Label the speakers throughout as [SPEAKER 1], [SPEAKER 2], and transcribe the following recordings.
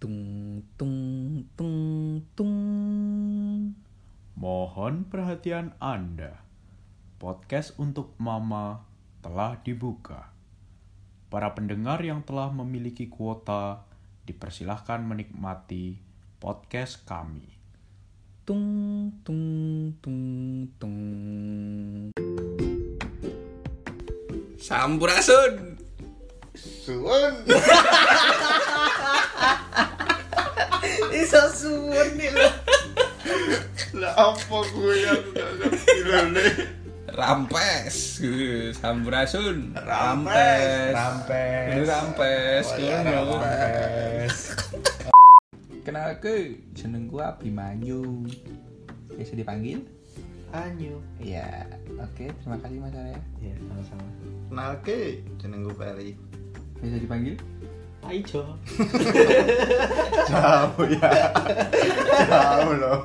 [SPEAKER 1] Tung tung tung tung.
[SPEAKER 2] Mohon perhatian Anda. Podcast untuk Mama telah dibuka. Para pendengar yang telah memiliki kuota dipersilahkan menikmati podcast kami.
[SPEAKER 1] Tung tung tung tung.
[SPEAKER 3] Sampurasun.
[SPEAKER 4] Suwon.
[SPEAKER 1] Iso suwun nih lo.
[SPEAKER 4] Lah apa gue yang gak ngerti lah nih.
[SPEAKER 3] Rampes. Eh, Sampurasun.
[SPEAKER 4] Rampes.
[SPEAKER 3] Rampes. Ini Rampes. Iya,
[SPEAKER 4] Wayang
[SPEAKER 3] Kono.
[SPEAKER 4] rampes.
[SPEAKER 3] Kenalke jenengku Abimanyu. Bisa dipanggil?
[SPEAKER 4] Anyu. Iya,
[SPEAKER 3] Iya. Oke, terima kasih Mas Arya.
[SPEAKER 1] Ya sama-sama.
[SPEAKER 4] Nalke jeneng gue Peri.
[SPEAKER 3] Bisa dipanggil?
[SPEAKER 1] Aijo.
[SPEAKER 4] Jauh ya. Jauh loh.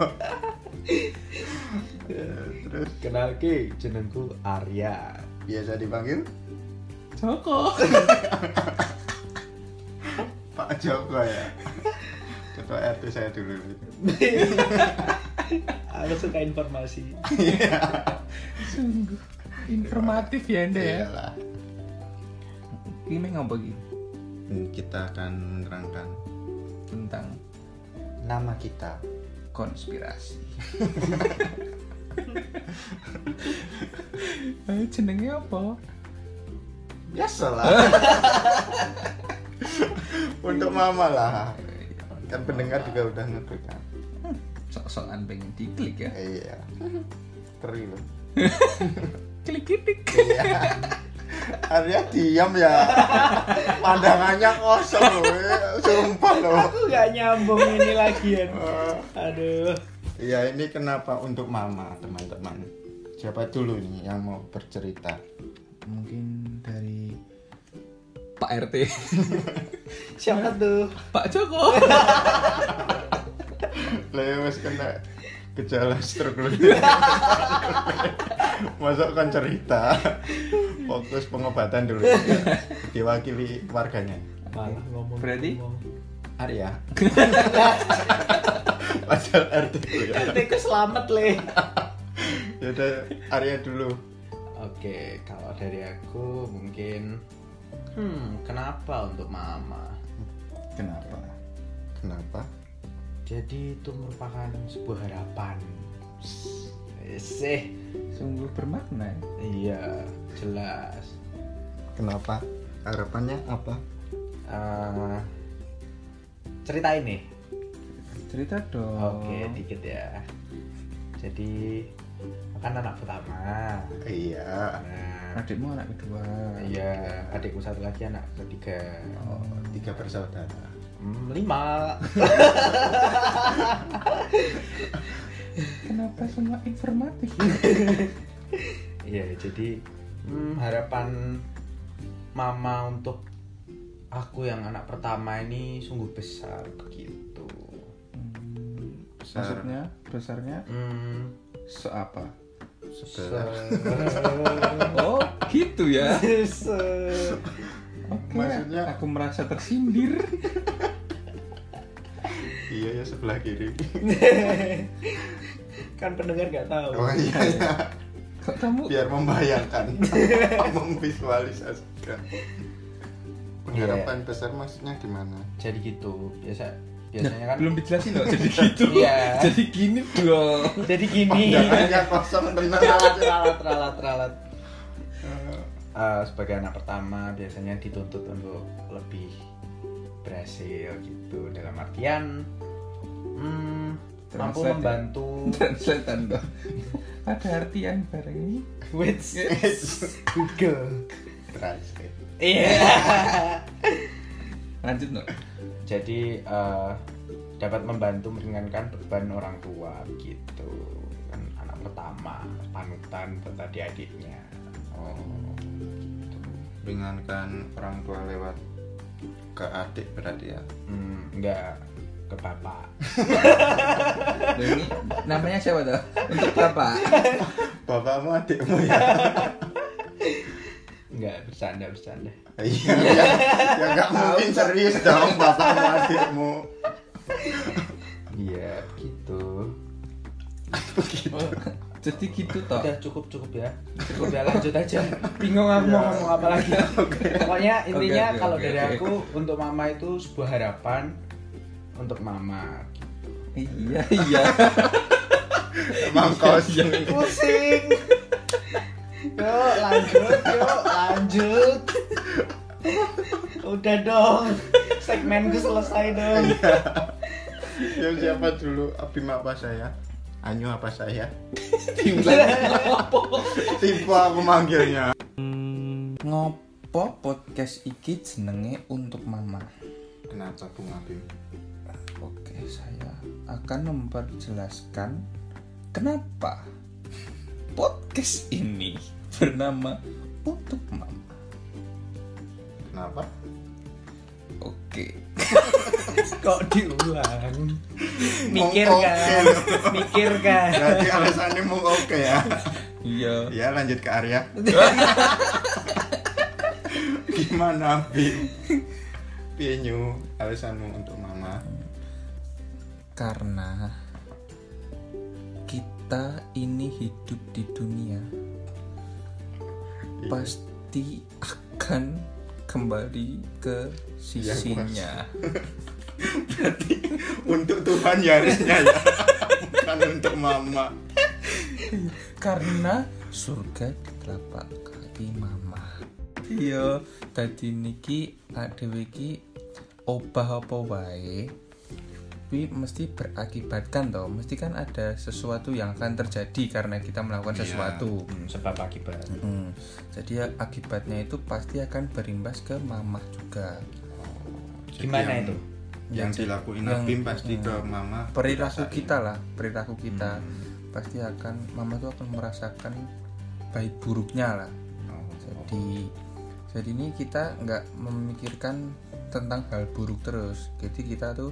[SPEAKER 4] Eh, Terus
[SPEAKER 1] Kenal ki jenengku Arya.
[SPEAKER 4] biasa dipanggil
[SPEAKER 3] Joko.
[SPEAKER 4] Pak Joko ya. Ketua RT saya dulu. nih.
[SPEAKER 1] Aku suka informasi.
[SPEAKER 3] Sungguh informatif ya Anda
[SPEAKER 1] Iya.
[SPEAKER 3] ya.
[SPEAKER 4] Iyalah.
[SPEAKER 3] Ini mau ngomong iki?
[SPEAKER 4] Hmm, Kita akan menerangkan
[SPEAKER 3] tentang
[SPEAKER 4] nama kita.
[SPEAKER 3] konspirasi. Eh, jenenge apa?
[SPEAKER 4] Biasalah. Untuk mama lah. Kan pendengar juga udah ngeklik kan.
[SPEAKER 3] Sok-sokan pengen diklik ya.
[SPEAKER 4] Iya. Teri loh.
[SPEAKER 3] Klik klik.
[SPEAKER 4] Iya. Arya diam ya. Pandangannya kosong loh. eh. Sumpah loh. Eh.
[SPEAKER 1] Aku gak nyambung ini lagian. Aduh.
[SPEAKER 4] Iya ini kenapa untuk mama teman-teman. Siapa dulu nih yang mau bercerita?
[SPEAKER 3] Mungkin dari Pak RT,
[SPEAKER 1] Siapa tuh?
[SPEAKER 3] Pak Joko.
[SPEAKER 4] Lewes ya kena gejala stroke loh. Masuk kan cerita. Fokus pengobatan dulu. Diwakili warganya.
[SPEAKER 1] Malah ngomong.
[SPEAKER 3] Berarti?
[SPEAKER 1] ngomong.
[SPEAKER 4] Arya. Padahal RT ku ya.
[SPEAKER 1] Teku selamat le.
[SPEAKER 4] Yaudah Arya dulu.
[SPEAKER 5] Oke, kalau dari aku mungkin hmm, kenapa untuk mama?
[SPEAKER 4] Kenapa? Kenapa?
[SPEAKER 5] Jadi itu merupakan sebuah harapan. eh, Sih,
[SPEAKER 3] Sungguh bermakna. ya.
[SPEAKER 5] iya, jelas.
[SPEAKER 4] Kenapa? Harapannya apa?
[SPEAKER 5] Eh, cerita ini.
[SPEAKER 3] Cerita dong.
[SPEAKER 2] Oh.
[SPEAKER 5] Oke, dikit ya. Jadi kan anak pertama.
[SPEAKER 4] Iya.
[SPEAKER 5] Nah,
[SPEAKER 3] Adikmu anak kedua.
[SPEAKER 5] iya, adikku satu lagi anak ketiga.
[SPEAKER 4] Oh. Tiga bersaudara.
[SPEAKER 5] Hmm, lima.
[SPEAKER 3] Kenapa semua informatif?
[SPEAKER 5] Iya, jadi hmm, harapan mama untuk aku yang anak pertama ini sungguh besar begitu.
[SPEAKER 3] Hmm,
[SPEAKER 4] Besar.
[SPEAKER 3] Maksudnya besarnya
[SPEAKER 5] Hmm,
[SPEAKER 3] se apa?
[SPEAKER 4] Sebelah.
[SPEAKER 3] Oh, gitu ya.
[SPEAKER 1] Yesus.
[SPEAKER 3] Oke.
[SPEAKER 4] Maksudnya-
[SPEAKER 3] aku merasa tersindir.
[SPEAKER 4] Iya ya sebelah kiri.
[SPEAKER 1] kan pendengar gak
[SPEAKER 4] Oh
[SPEAKER 1] tahu.
[SPEAKER 4] iya ya.
[SPEAKER 3] Kok kamu
[SPEAKER 4] Biar membayangkan, memvisualisasikan. Iya. Pengharapan besar maksudnya gimana?
[SPEAKER 5] jadi gitu. Biasa biasanya kan
[SPEAKER 3] belum dijelasin loh jadi gitu
[SPEAKER 5] Iya.
[SPEAKER 3] jadi gini dong
[SPEAKER 5] jadi gini.
[SPEAKER 4] Pandangannya kosong tenang
[SPEAKER 5] Teralat,
[SPEAKER 4] aja.
[SPEAKER 5] teralat, teralat, teralat. Eh, sebagai anak pertama biasanya dituntut untuk lebih berhasil gitu dalam artian hmm, mampu
[SPEAKER 3] Translate ya.
[SPEAKER 5] membantu
[SPEAKER 3] translatean dong ada artian bareng ini
[SPEAKER 5] Wait, Google.
[SPEAKER 4] Translate.
[SPEAKER 5] Iya.
[SPEAKER 3] lanjut no
[SPEAKER 5] Jadi eh, dapat membantu meringankan beban orang tua gitu kan anak pertama panutan buat adik-adiknya.
[SPEAKER 4] Oh, gitu. Ringankan orang tua lewat ke adik berarti ya.
[SPEAKER 5] Hmm, enggak ke bapak.
[SPEAKER 3] Loh, ini namanya siapa tuh untuk bapak
[SPEAKER 4] Bapakmu adikmu ya.
[SPEAKER 5] Enggak bercanda bercanda.
[SPEAKER 4] Iya. ya- Ya nggak mungkin serius dong bapakmu adikmu.
[SPEAKER 5] Iya, gitu.
[SPEAKER 3] Oh, Jadi gitu toh.
[SPEAKER 5] Udah cukup cukup ya. Cukup ya lanjut aja. Bingung aku mau ngomong apa lagi. Pokoknya intinya
[SPEAKER 3] Oke, oke,
[SPEAKER 5] kalau
[SPEAKER 3] oke,
[SPEAKER 5] dari
[SPEAKER 3] oke.
[SPEAKER 5] aku untuk mama itu sebuah harapan untuk mama.
[SPEAKER 3] Iya iya.
[SPEAKER 4] Mangkos.
[SPEAKER 5] Pusing.
[SPEAKER 1] Yuk lanjut, yuk lanjut. Udah dong, segmenku selesai dong.
[SPEAKER 4] Yang Ya, siapa dulu? Abim apa saya? Anyu apa saya? Tipe aku manggilnya.
[SPEAKER 3] Ngopo podcast iki jenenge untuk mama.
[SPEAKER 4] Kenapa Bung Abim?
[SPEAKER 3] Oke, saya akan memperjelaskan kenapa podcast ini bernama untuk mama.
[SPEAKER 4] Kenapa?
[SPEAKER 3] Oke.
[SPEAKER 1] Kok diulang?
[SPEAKER 4] Mikir kan?
[SPEAKER 1] Mikir kan?
[SPEAKER 4] Berarti alasannya mau oke ya.
[SPEAKER 3] Iya.
[SPEAKER 4] Ya lanjut ke Arya. Gimana Abim? Pinyu, alasanmu untuk mama.
[SPEAKER 3] Karena kita ini hidup di dunia
[SPEAKER 1] Iya.
[SPEAKER 3] pasti akan kembali ke sisinya.
[SPEAKER 4] Untuk Tuhan ya harusnya ya. Bukan untuk mama.
[SPEAKER 3] karena surga di telapak kaki mama iya tadi niki adewe iki obah apa wae tapi mesti berakibat kan toh mesti kan ada sesuatu yang akan terjadi karena kita melakukan sesuatu
[SPEAKER 5] Sebab akibat.
[SPEAKER 3] Hmm, jadi ya, akibatnya itu pasti akan berimbas ke mamah juga
[SPEAKER 4] Jadi
[SPEAKER 5] Gimana
[SPEAKER 4] yang-
[SPEAKER 5] itu? Hmm.
[SPEAKER 4] Yang dilakuin Abim pasti ke mama.
[SPEAKER 3] perilaku kita lah perilaku kita pasti akan mama tuh akan merasakan baik buruknya lah
[SPEAKER 4] Oh,
[SPEAKER 3] jadi jadi ini kita nggak memikirkan tentang hal buruk terus jadi kita tuh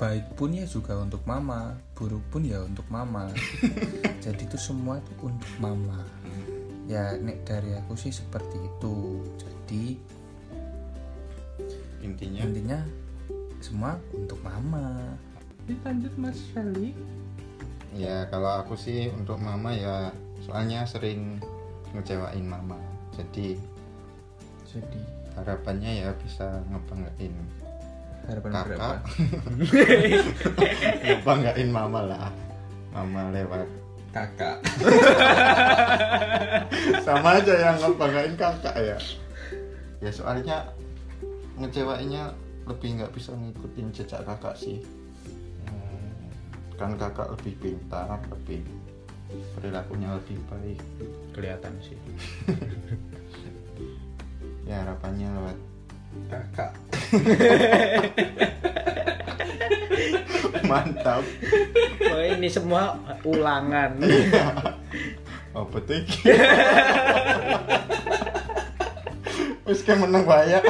[SPEAKER 3] baik pun ya juga untuk mama buruk pun ya untuk mama jadi itu semua tuh untuk mama ya nek dari aku sih seperti itu jadi
[SPEAKER 4] Intinya
[SPEAKER 3] intinya semua untuk mama lanjut mas Feli
[SPEAKER 4] Ya kalau aku sih untuk mama ya soalnya sering ngecewain mama. Jadi
[SPEAKER 3] jadi
[SPEAKER 4] harapannya ya bisa ngebanggain
[SPEAKER 3] harapan berapa
[SPEAKER 4] kakak. ngebanggain mama lah. Mama lewat.
[SPEAKER 3] kakak
[SPEAKER 4] Sama aja yang ngebanggain kakak ya. Ya soalnya ngecewainnya lebih nggak bisa ngikutin jejak kakak sih. Hmm, Kan kakak lebih pintar, lebih perilakunya lebih baik.
[SPEAKER 5] Kelihatan sih.
[SPEAKER 4] Ya harapannya lewat
[SPEAKER 5] Kakak.
[SPEAKER 4] mantap.
[SPEAKER 1] Oh, ini semua ulangan.
[SPEAKER 4] Iya. apa tuh iki? Wis kayak menang banyak.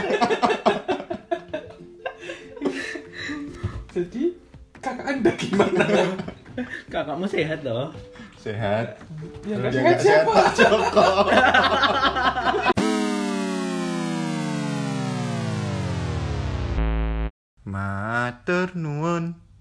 [SPEAKER 5] Jadi kakak anda gimana?
[SPEAKER 1] Kakakmu sehat loh.
[SPEAKER 4] Sehat.
[SPEAKER 5] Ya,
[SPEAKER 4] Kalau
[SPEAKER 5] kan
[SPEAKER 4] dia
[SPEAKER 5] sehat
[SPEAKER 4] nggak sehat Pak Joko. Matur nuwun.